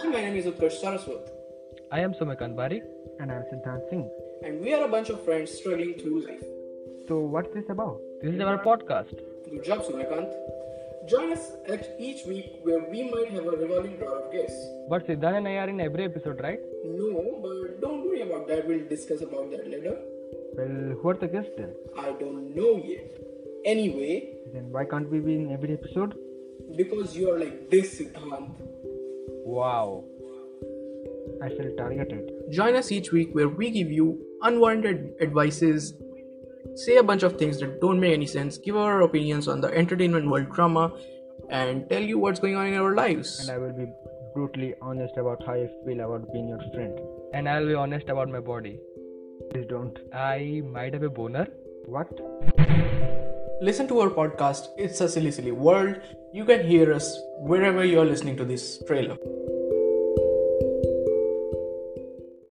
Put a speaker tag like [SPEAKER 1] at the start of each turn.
[SPEAKER 1] Hi, my name is Utkarsh Saraswat,
[SPEAKER 2] I am Sumakant Barik.
[SPEAKER 3] And I'm Siddhant Singh.
[SPEAKER 1] and we are a bunch of friends struggling through life.
[SPEAKER 3] So, what's this about?
[SPEAKER 2] This is our podcast.
[SPEAKER 1] Good job, Sumakant. Join us at each week where we might have a revolving door of guests.
[SPEAKER 2] But Siddhan and I are in every episode, right?
[SPEAKER 1] No, but don't worry about that. We'll discuss about that later.
[SPEAKER 3] Well, who are the guests then?
[SPEAKER 1] I don't know yet. Anyway,
[SPEAKER 3] Then why can't we be in every episode?
[SPEAKER 1] because you are like this, Siddhant.
[SPEAKER 2] Wow.
[SPEAKER 3] I feel targeted.
[SPEAKER 1] Join us each week where we give you unwarranted advices, say a bunch of things that don't make any sense, give our opinions on the entertainment world drama, and tell you what's going on in our lives.
[SPEAKER 3] And I will be brutally honest about how I feel about being your friend.
[SPEAKER 2] And I'll be honest about my body.
[SPEAKER 3] Please don't.
[SPEAKER 2] I might have a boner.
[SPEAKER 3] What?
[SPEAKER 1] Listen to our podcast, It's a Silly Silly World. You can hear us wherever you're listening to this trailer.